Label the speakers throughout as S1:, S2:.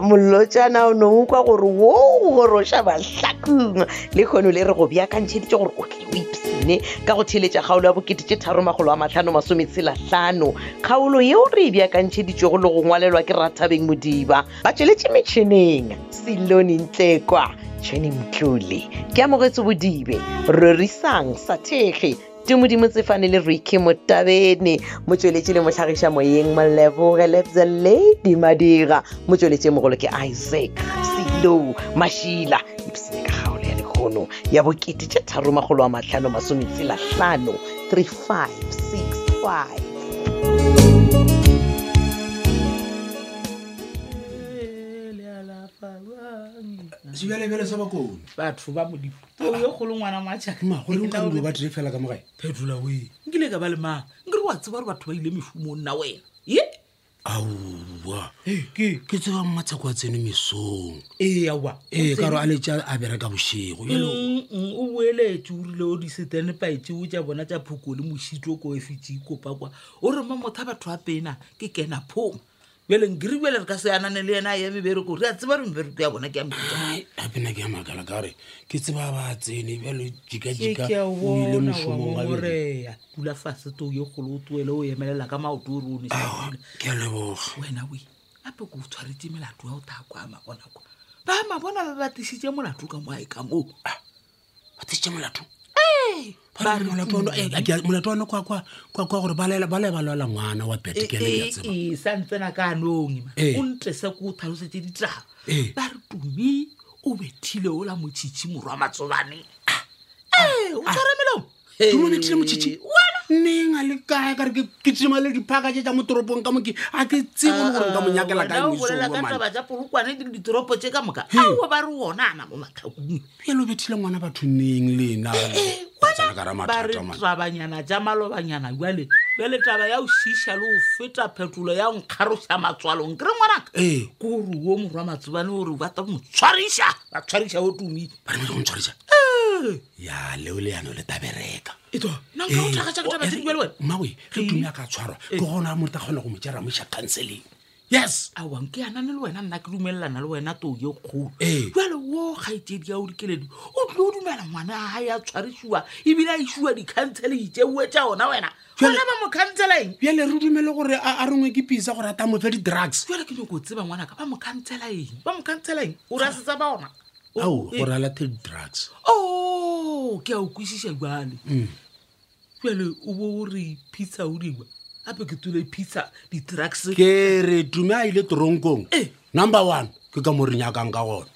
S1: molotšana o ne ukwa gore wo goroša bahlakong le kgono le re go beakantšheditše gore o tle o ipsene ka go theletša kgaolo ya bokete tše tharomagolo a matlhano masometshelahlano kgaolo yeo re e beakantšheditšego le go ngwalelwa ke rathabeng modiba ba tšweletše metšhineng selone ntlekwa tšhene mtlole ke amogetse bodibe rorisang sathege tumodimo tsefane le roike motabene motsweletši le motlhagiša moyeng moleboge lebza lady madira motsweletši mogolo ke isaac selo mašila ipsene ka kgaolo ya lekgono ya bokete tše tharomagolo a matlhano masometselahlano 3565
S2: sebjalebjale sa bakone
S3: batho ba modimo
S4: ye kgolo ngwana matšhaka
S2: magoreng ka molo ba dire fela ka mogae
S3: phetola oe nkile ka ba le mang nke re wa tseba gore batho ba ile mešomong nna wena ye
S2: aowa
S3: ke
S2: ke tsebang matshako a tsene mesong
S3: ee aa
S2: ee ka ro a letša a bereka bošego jalo
S3: Mm, o boeletse o rile o disetenepaitseo tša bona tša phoko le mošito ko efetse ikopa kwa o re mamotha batho a pena ke kena phoma bjale nkere bjale re ka se anane le yena a ya mebereko re a tseba re mebereko ya bona ke ya mefuta mang.
S2: Ai, a pena ke ya makala ka gore ke tseba ba tsene bjalo
S3: Ke
S2: jikajika
S3: ke a
S2: o ile
S3: bona wa
S2: mošomong gabedi
S3: ngongoreya tula fase too ye kgolo o tuele o emelela ka maoto o re o nesedula
S2: ke a leboga
S3: wena oe gape ko o tshwaretse melato ya o tha kwa mabona kwa ba mabona ba batisitse molato ka moae ka moo
S2: ba tšee molato
S3: ba re
S2: molato wane kwa gore ba laela- ba lae ba lwala ngwana wa betekele ya tseba Eh.
S3: ee E, sa ntsena ka anong ma
S2: Ee.
S3: o ntesa ko o tlhalosetse ditaba
S2: Ee.
S3: ba re tumi o bethile o la motšhitšhi morwa matsobane
S2: Ah,
S3: ee o tshwara melao
S2: Tumi o bethile motšhitšhi? neng a le kae kare ke tima le diphaka tse tsa mo toropong ka moke a ke tsebo le gore nka mo nyakela ka
S3: Ah, o bolela ka taba ja polokwane di le ditoropo tse ka moka
S2: Eh.
S3: ao ba re ona ana mo matlhakong
S2: pele o bethile ngwana batho neng lena
S3: Eh, ba re tabanyana ja malobanyana jale jale taba ya o šiša le go feta phetolo ya go nkgarosa matswalong ke re ngwanaka
S2: ee
S3: ke gore wo morwa matsobane gore o bata motshwariša ba tshwariša o tumi
S2: bare metse go ntshwarisa
S3: Eh.
S2: ya leo leano le Eh, tabereka
S3: nanka o thakatša
S2: oh,
S3: ke taba tse dijale wena Eh.
S2: mmawe ge tumi a ka tshwarwa ke gona motho a kgona go motjara mo iša counseling yes
S3: awan ke anane le wena nna ke dumelelana le wena too ye kgolo
S2: Ee.
S3: jale wo kgaitsedi ya o dikeledi o tlile o dumela ngwana a gae a tshwarisiwa ebile a isiwa di-counseling tseuwe tša ona wena
S2: Jwale-
S3: ona ba mo counseleng
S2: bjale re dumele gore a a rengwe ke pisa gore a ta mofe di-drugs
S3: jale ke nyoko o tseba ngwanaka ba mo cancela eng ba mo cancela eng o ra setsa ba ona
S2: ao
S3: Oh, eh.
S2: gore a late di-drugs
S3: o Oh, ke a o kwešiša jale jale o bo o re pizza o dingwe gape ke tule pizza di-trucks
S2: ke re tume a ile toronkong
S5: Eh.
S3: Ee.
S2: number one ke ka mo re nyakang ka gona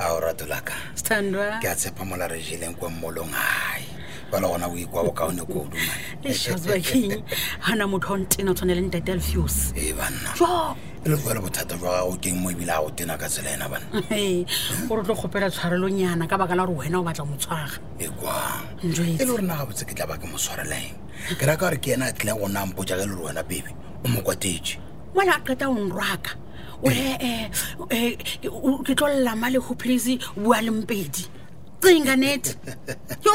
S6: a o ratolaka
S7: standwa
S6: ke a tshepa mola re jeleng kwa mmolong gae bala gona o ikwa bokaone koduma
S7: eshasbakeng gana motho a ntena o tshwane le ntate alfeos
S6: e banna
S7: jo
S6: e le fale bothata jwa gago keng mo ebile a go tena ka tsela ena banna
S7: He, gore o tlo kgopela tshwarelonyana ka baka la gore wena o batla motshwaga
S6: e kwang e le
S7: njetse
S6: gore na ga botse ke tla ba ke mo tshwareleng ke raka gore ke ena a tlileng go nna mpotsa ge le gore wena bebe o mo kwatetse
S7: ngwana a qeta o nrwaka ore ke tlo lelama le go please bua lempedi tsenga nete yo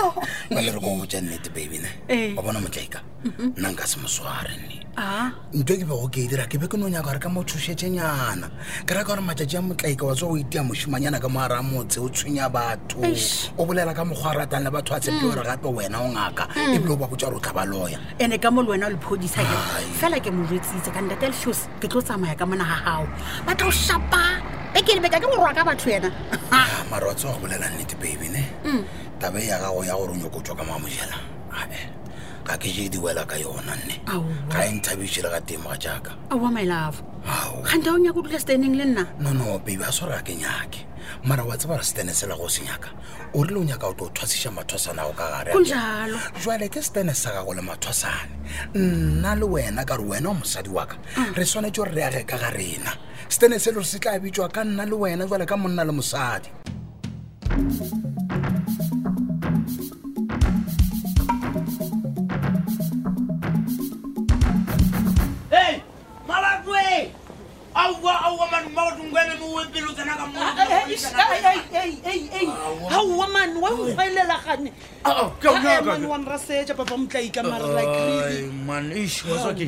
S6: ba le re ko botsa nnete babene
S7: Ee.
S6: wa bona motlaika nna nka se mo sware nne
S7: a
S6: ntho e ke bego ke e dira ke be ke no nyaka gore ka mo tshosetsenyana ke raka gore matšatši a motlaika wa tswa go itea mošimanyana ka moara motse o tshwenya batho
S7: Eish.
S6: o bolela ka mokgwa a ratang le batho a tshepe gore gape wena o ngaka ebile o ba botsa gore o tla ba loya
S7: ande ka mo le wena o lephodisa ke fela ke mo jetsitse ka ntate alfeos ke tlo tsamaya ka mona ga gago batla o shapa e ke lebeka ke morwa ka batho ena
S6: Ah, mare wa tsewa go bolela nnete babene taba e ya gago ya gore o nyoko tswa ka mamojela ae ga ke je diwela ka yona nne
S7: Aowa.
S6: ga e nthabiše le ga temo ga jaaka
S7: aowa my love
S6: ao
S7: gante o nyaka o dula staneng le nna
S6: nono baby a sware ga ke nyake mara wa tseba re setene sela go se nyaka o rile o nyaka o tlo o thwasiša mathwasana go ka gare
S7: go jalo
S6: jwale ke setene sa gago le mathwasane nna le wena ka re wena o mosadi wa ka re tshwanetse gore re age ka ga rena setene selo se tla bitswa ka nna le wena jwale ka monna le mosadi
S5: Hey, malakwe! Awa awa man mawdu ngwene mo wepelo tsana ka mo.
S4: gaowa mane wa nkgwelelagane
S5: Ah, ah, ke a o nyaka.
S4: mane wa nrasetša papa motlaika marelakrile
S5: man ish wa tswa ke.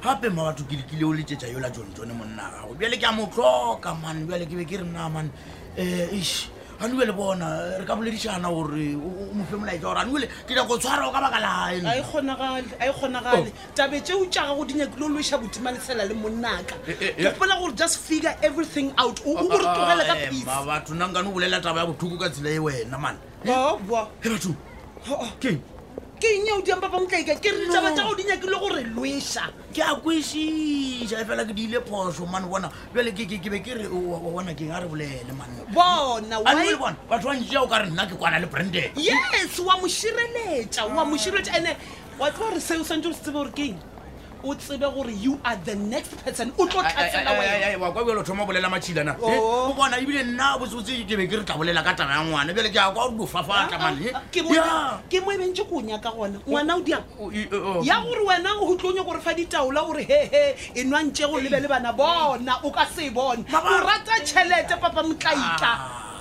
S5: gape mabatho ke lekile o letsetsa yola john jone monna gago bjale ke a mo tlhoka man bjale ke be ke re nna man um ish ganebele bona re ka boledišana gore o o mo fe molaetsa gore ganebele ke nyako tshwarao ka baka
S4: ga e
S5: laeno
S4: kgonagale ga e kgonagale tabe tseo tša gago di nyakile o loša bodimalesela le monnaka gopola gore just figure everything out o o- o re tlogele ka peace
S5: batho nna nkane o bolela taba ya bothoko ka tsela e wena man
S4: boa
S5: e batho keng
S4: ke eng eo diang ba bangtlaika ke re
S5: No.
S4: taba tša gago di nyakile gore loša
S5: ke a kwešiša e fela ke diile phoso mane bona bjale ke ke- ke be ke re o- o- bona keng a re bolele manne
S4: bona
S5: anele
S4: why-
S5: bona batho ba ntšea o ka re nna ke kwana le branden
S4: yes wa mo šireletša wa mo šireletša ande wa tlo gore seo santse o se tsebe gore ke eng o tsebe gore you are the next person o tlo tlhatsela wena
S6: e,
S5: wa kwa bjalo thoma o bolela matšhilana
S4: Oh.
S5: o bona ebile nna bosebotse ke be ke re tla bolela ka taba ya ngwana bjale ke a kwa o dofafatla mane
S4: Ke mo- ke mo ebentse ko o nyaka gona ngwana o diang ya gore wena o tlonye gore fa ditaola gore hehe e nwantšego lebe le bana bona o ka se e bona o
S5: Mama-
S4: rata tšhelete papa
S5: Ah.
S4: motlaika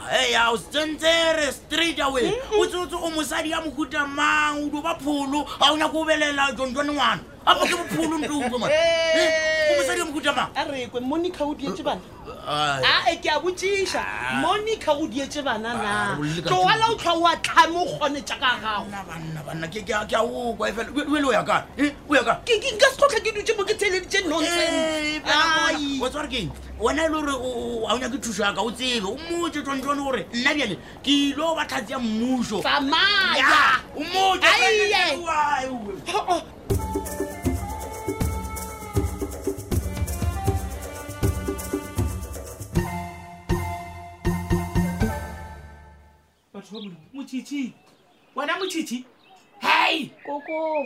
S6: Ah,
S5: eya o tsentse re straight away o tsetse o mosadi ya mohuta mang o dio ba pholo ga o nyako o belela jonjone ngwana apo ke bopholo nte utlwe ngwana Eh, o mosadi ya mohuta mang
S4: a rekwe monica o dietse bana
S5: Ai.
S4: ae ke a botsiša monica o dietse bana
S5: Ah,
S4: na
S5: o le ka
S4: tloala o
S5: tlung.
S4: tlhwa oa tlhame o kgone tša ka gago
S5: banna banna banna ke ke a ke a o e kwa efela o ele o ya kae Eh, o ya kae
S4: ke ke- nka se tlhotlha ke dutse mo ke theleditše
S5: Eh,
S4: nonsense
S5: bana bona,
S4: Ai.
S5: wa tseba gore keng? wena e le gore o- o- ga o nyake thuso yaka o tsebe o motse tsontsone gore nna bjale ke ile o batlhatse ya mmuso
S4: tsamaya
S5: Ya, o motse,
S4: Ai,
S5: jwale-
S4: ye.
S5: Ai, we.
S4: Ho, oh.
S3: batho ba modimo motšhitšhi wena motšhitšhi hei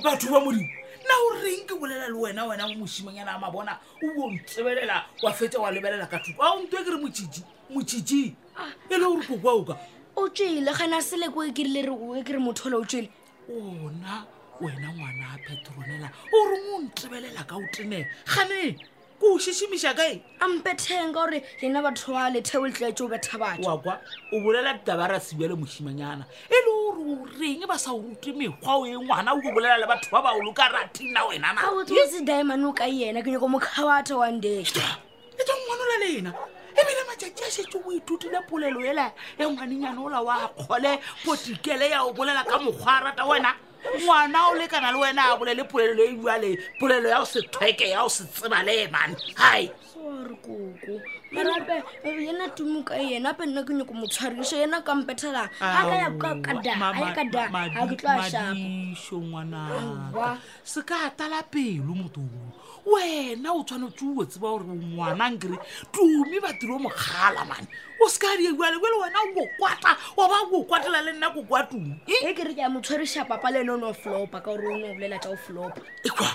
S3: batho ba modimo nna o reng ke bolela le wena wena mošimanyana a mabona o bo ntsebelela wa fetsa wa lebelela ka thoko a o ntwe ke re motšhitšhi motšhitšhi e le gore kokoa o ka
S8: o tswele gana seleko e kerile re oe ke re motho ola o tswele
S3: ona wena ngwana a petronela o reng o ntebelela ka o tenega gane ke o šišimiša kae
S8: a mpetheng ka gore lena batho ba letheo le tlaetse o betha batho
S3: wa kwa o bolela ditaba ra siwa le mošimanyana e le gore o reng ba sa o rute mekgwa o e ngwana o ko bolela le batho ba baolo ka ratina wena na
S8: a botsetse diamane o ka yena ke nyako mokgabatha one day
S3: e tsa ngwanola le ena ebile matšatši a šetse o ithutile polelo ela ya ngwanenyana ola wa kgole potikele ya o bolela ka mokgwa a rata wena ngwana o lekana le wena a bolele polelo e buale polelo ya o se thweke ya o se tseba le mane hai
S8: sore koko marape yena tumo ka yena ape nna ke nyako motshwariso yena ka mpethela
S3: Ah,
S8: a ka
S3: um,
S8: ya ka ka da a ya ka da a ke tlo a shapa
S3: madišo
S8: Aowa.
S3: ngwanaka se ka tala pelo motoo wena o tshwanetse o tseba gore ngwanankere tumi batiri o mokgala mane o se ka dieuale ele wena o kwata wa ba o kwatela le nna koko a tumi
S8: e ke re ke ya motshwarisa papa le ene o ne o flopa ka gore o ne o bolela tsa o flopa
S3: ekwa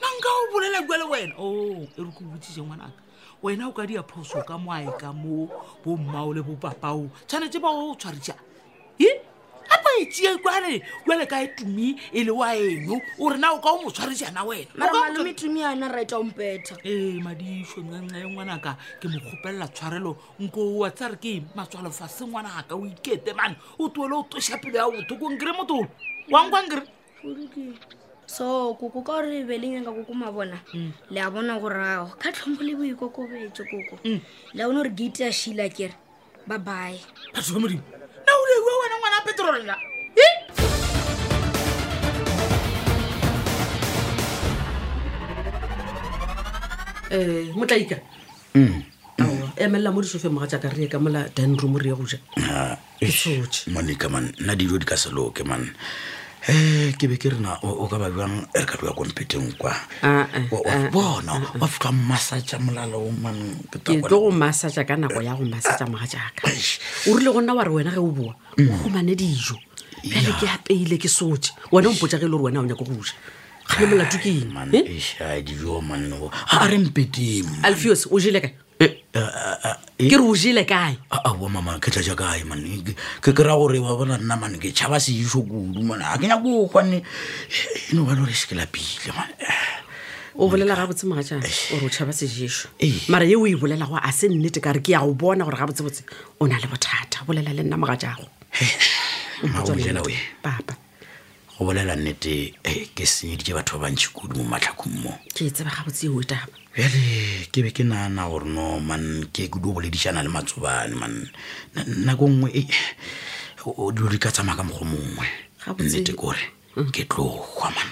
S3: nanka o bolela kuele wena o e re ko botsise ngwanaka wena o ka diaphoso ka moae ka mo bo mmao le bo papao tshwanetse ba o tshwarisa e apa e tsie kwane jale ka e tumi e le wa eno o re na o ka o mo tshwarisana wena O ka o mo Eh,
S8: maramalome tumi e yana right a ompetha
S3: ee madišo ncanca ye ngwanaka ke mo kgopelela tshwarelo nko wa tsare ke eng? matswalofa se ngwanaka o ikete mane o tuele o toša pelo ya bothoko nkere motolo wankwa nkere
S8: so koko ka gore beleng ka koko mabona le a bona gorago ka tlhompho le boikokobetse koko le a bone gore gate ya shila kere ba bae
S3: batho ba modimo na o leiwe wena ngwana a petrolola
S9: um motlaika emelela mo disofe moga jaaka re ye ka mola dan room re ye go ja ke tshotse
S6: monica man nna dijo di ka seloke man um ke be ke rena o o ka ba bjang e re ka tloya kompeteng kwa
S9: Ah, ah,
S6: Wa- wa
S9: ah,
S6: bona wa fitlha mmasatša molalao man ke tla
S9: ke
S6: bona-
S9: tlo go masaja ka nako ya go masaja moga jaaka o rile go nna wa re wena ge o boa o gomane dijo pele ke apeile ke sotse wena o mpotsa ge e le gore wena o nyako go ja gane molato ke eng
S6: Man,
S2: e-
S9: eh?
S6: eish, ai, dijo man o- a a re mpeteng
S9: alfios o jele kae ke re o jele kae
S6: aowa mama ke tla jakae man Ke- ke kry-a gore wa bona nna man ke tšhaba seiso kudu man a ke nyako gone e no bane gore se ke lapile man
S9: o bolela ga botse moga jaana ore o tšhaba sejeso
S6: Eh.
S9: mara ye o e bolelago a se nnete ka re ke ya go bona gore ga botsebotse o na le bothata bolela le nna moga jago
S6: maoela we
S9: papa
S4: go bolela nnete eh, ke senyeditse batho ba bantšhi kudu mo matlhakong mo
S9: ke e tseba gabotseo e taba
S4: bjale ke be ke nagana gore no man ke kudu o boledišana le matsobane man Na- nako nngwe eh, o- o- dilo di ka tsamaya ka mokgwa mongwe
S9: Gabotse-
S4: nnete kore ke tlogwa man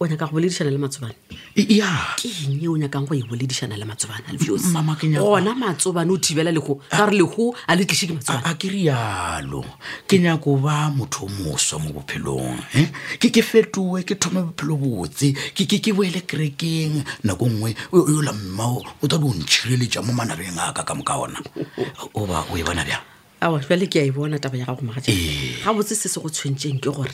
S9: o nyaka go boledišana le matsobane
S4: E- ya
S9: ke eng e o nyakang go e boledišana le matsobane
S4: Mama, ke nyaka-
S9: gona matsobane o thibela lego ka gore lego a le tlise ke matsobane
S4: a ke rialo ke nyako ba motho o moswa mo bophelong eh? ke ke fetoe ke thome bophelo botse ke ke ke boele kerekeng nako nngwe o- o yola mmao o tla be o ntšhireletša mo manabeng a ka ka moka ona oba o e bona bjang
S9: aa jale ke a e bona taba ya gago maga
S4: Ee.
S9: ga botse se se go tshwentseng ke gore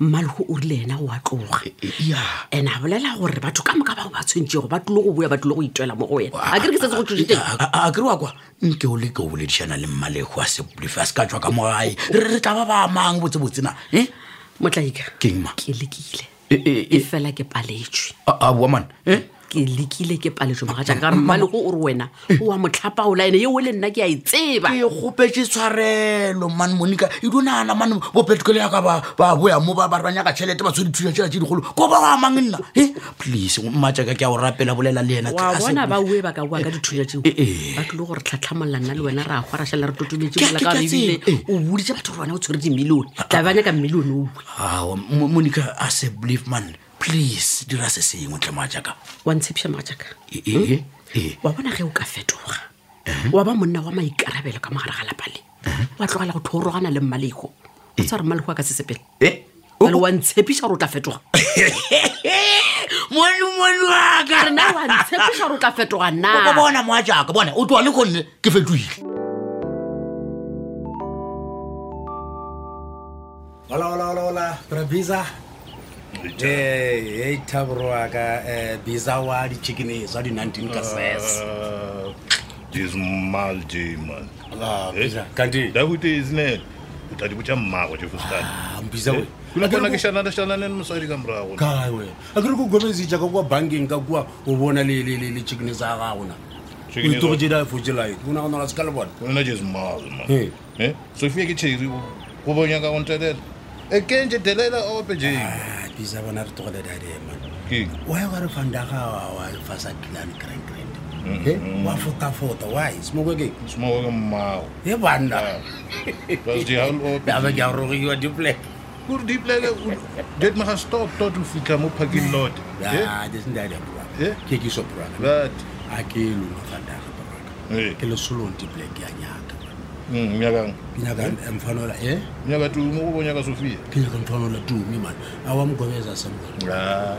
S9: mmalego o rile ena o a tloga
S4: e, ya
S9: and a bolela gore batho ka moka bao ba tshwentsego ba tlile go boya ba tlile go itwela mo go wena a kere ke setse go tshositeng
S4: a kry wa kwa nke o le ke o boledišana le mmalego a sepolefe a se ka tswa ka mogae re re tla ba ba amang botsebotsena e
S9: motlaika
S4: Keng ma?
S9: ke lekile
S4: E- e-
S9: e fela ke paletswe
S4: a boamane e
S9: ke lekile ke paletswe moga jaaka ka gore mmalego o re wena o a motlhapaola ene yeo le nna ke a e tseba
S4: ke kgopetse tshwarelo man monica e dunana man bopetokele yaka ba ba boya mo ba bare ba nyaka tšhelete ba tshwere thusa tsela tse digolo ko ba o amang nna e please mmatšaka ke a o rapela bolela le ena
S9: wa
S4: tlase.
S9: bona ba ue ba ka bua ka dithunya tseo
S4: Eh, eh.
S9: ba tlile gore tlhatlhamolola nna le wena re a gwarashala re totometse
S4: Ke- ke-
S9: mola ka
S4: ke
S9: gore ebile
S4: tsebe,
S9: o boditse batho gore wena o tshwere dimilione tla ba nyaka mmilione o bue
S4: Aowa, Mo- monica a se believe man please dira se sengwe tle E, mmatšaka
S9: wa ntshepiša moga jaaka
S4: ee ee
S9: wa bona ge o ka fetoga
S4: Eh.
S9: wa ba monna wa maikarabelo ka mogare ga lapa le wa tlogela go thoorogana le mmalego o tsa re mmalego a ka sesepele
S4: Eh?
S9: ale wa ntshepiša gore o tla fetoga
S4: monomone waka
S9: rena
S2: Ah.
S9: wa ntshepiša gore o tla
S4: o
S9: fetoga na
S4: bona moatšaka bona o tloa le gonne ke fetoile
S2: ola ola ola ola bra bisa ee thaboroaka um bisa wa di-chickene zwa di-nineteen ka ses
S10: this mal j man
S2: Bisa, Ah, kanti
S10: dakuti isnet utati kucha mmakwa chefustani
S2: bisa Ah, we
S10: kunakona kishananashanane ni muswadi ka mrago
S2: kae we a kere ko gomesitša ka kua bankeng ka kua o bona le- le le- le chickene sa gagona
S10: Chicken
S2: o togo jeda fojelai o nagonaga se ka le bona
S10: unena jes mal man
S2: Hey.
S10: Eh? so fike ke cheri ku vonyaka ontelela ekenje delela ope j
S2: Ah, bisa bona re togele dadema
S10: ki
S2: why wa re fandaga wa fa sa kilane grand grand Eh, wa fotafota why smoko ke
S10: smoka ka mmmago
S2: e banna
S10: bas j haul ope
S2: abe ke a rogiwa diplek
S10: kuri diplele det maga stop tot o fitlha mo parking lot Eh?
S2: desendadabra
S10: Eh?
S2: ke ke sopraka
S10: that
S2: a ke e lona fandaga braka
S10: Eh.
S2: ke lesolong diplek ya nyaka
S10: Mm, nyakang
S2: ke nyaka mfanola e
S10: nyaka tumo ku vonyaka sofia
S2: ke nyaka mfanola tumi kan, man a wa mgobeza semona
S10: Ah.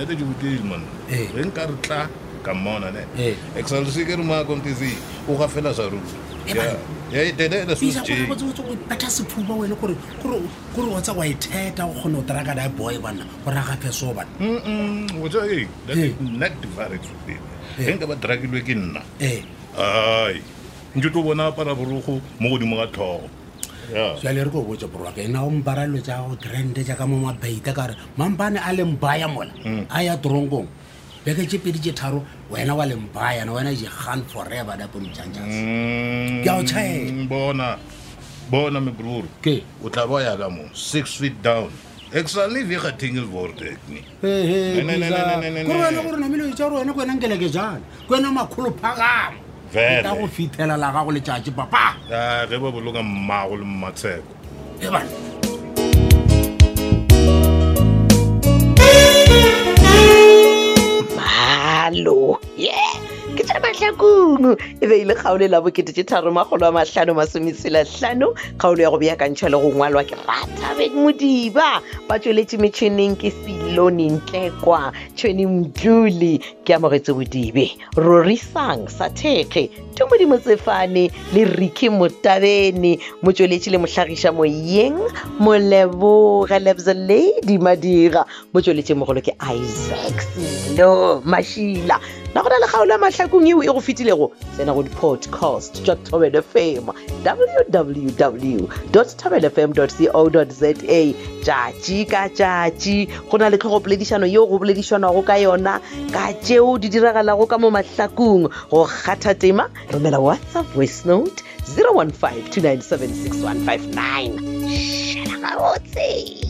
S10: data jibuteli man
S2: Eh.
S10: ge nka re tla ka mmona ne
S2: Eh.
S10: exalose ke re makontisi o ga fela sa ruri
S2: Eh
S10: yaetelela
S2: bisa gore botsebotse o peta sephuba wena gore gore wa tsa wa itheta o kgone go teraka da boy banna gore a gafeso bana
S10: otsake
S2: Eh.
S10: nna ke divare tsopele ge nka ba drakilwe ke nna
S2: ee
S10: ai nke tlo bona paraborogo mo godimo ga tlhogo Ya.
S2: jale re ko botse borwaka ena o mparalo tsa go grande jaaka mo mabaita ka gore mampane a lembaya mola
S10: Mm.
S2: a ya toronkong beke tse pedi tse tharo wena wa lembaya na wena jegan forever daponchanjas
S10: Mm,
S2: Ke a o tjhaela.
S10: bona bona mebruru
S2: ke
S10: o tla ba ya ka mo six feet down exaleve ga thingel vortekne Ne,
S2: kore
S10: ne, ne, ne, ne, ne, ne,
S2: wena
S10: ne.
S2: gore namelo tsa gore wena ko wena nkeleke jana ko wena makgolo phagama
S10: Vele.
S2: ta go fithelela gago letšatši papa
S10: Ah, ge ba boloka mmago le mmatsheko
S2: e bana
S1: malo ye ke tsa mahlakong e be ile kgaolo la bokete tse tharo magolo a mahlano masometshelahlano kgaolo ya go beakantšhwa le go ngwalwa ke rathabeng modiba ba tsweletše metšhineng ke selone ntlekwa tšhweni mdule ke amogetse bodibe rorisang sa thekge ke modimo tsefane le riki motabene motsweletši le mohlagiša moyeng moleboge lebza lady madira motsweletši mogolo ke isaac selo mašila na go na le kgaolo ya mahlakong eo e go fetilego tsena go di-podcast tša tobel fm www tobel fm co za tšatši ka tšatši go na le tlhogopoledišano yeo go boledišanwago ka yona ka tšeo di diragalago ka mo mahlakong go kgatha tema romela whatsapp voice note 015 2976159 šhala gabotse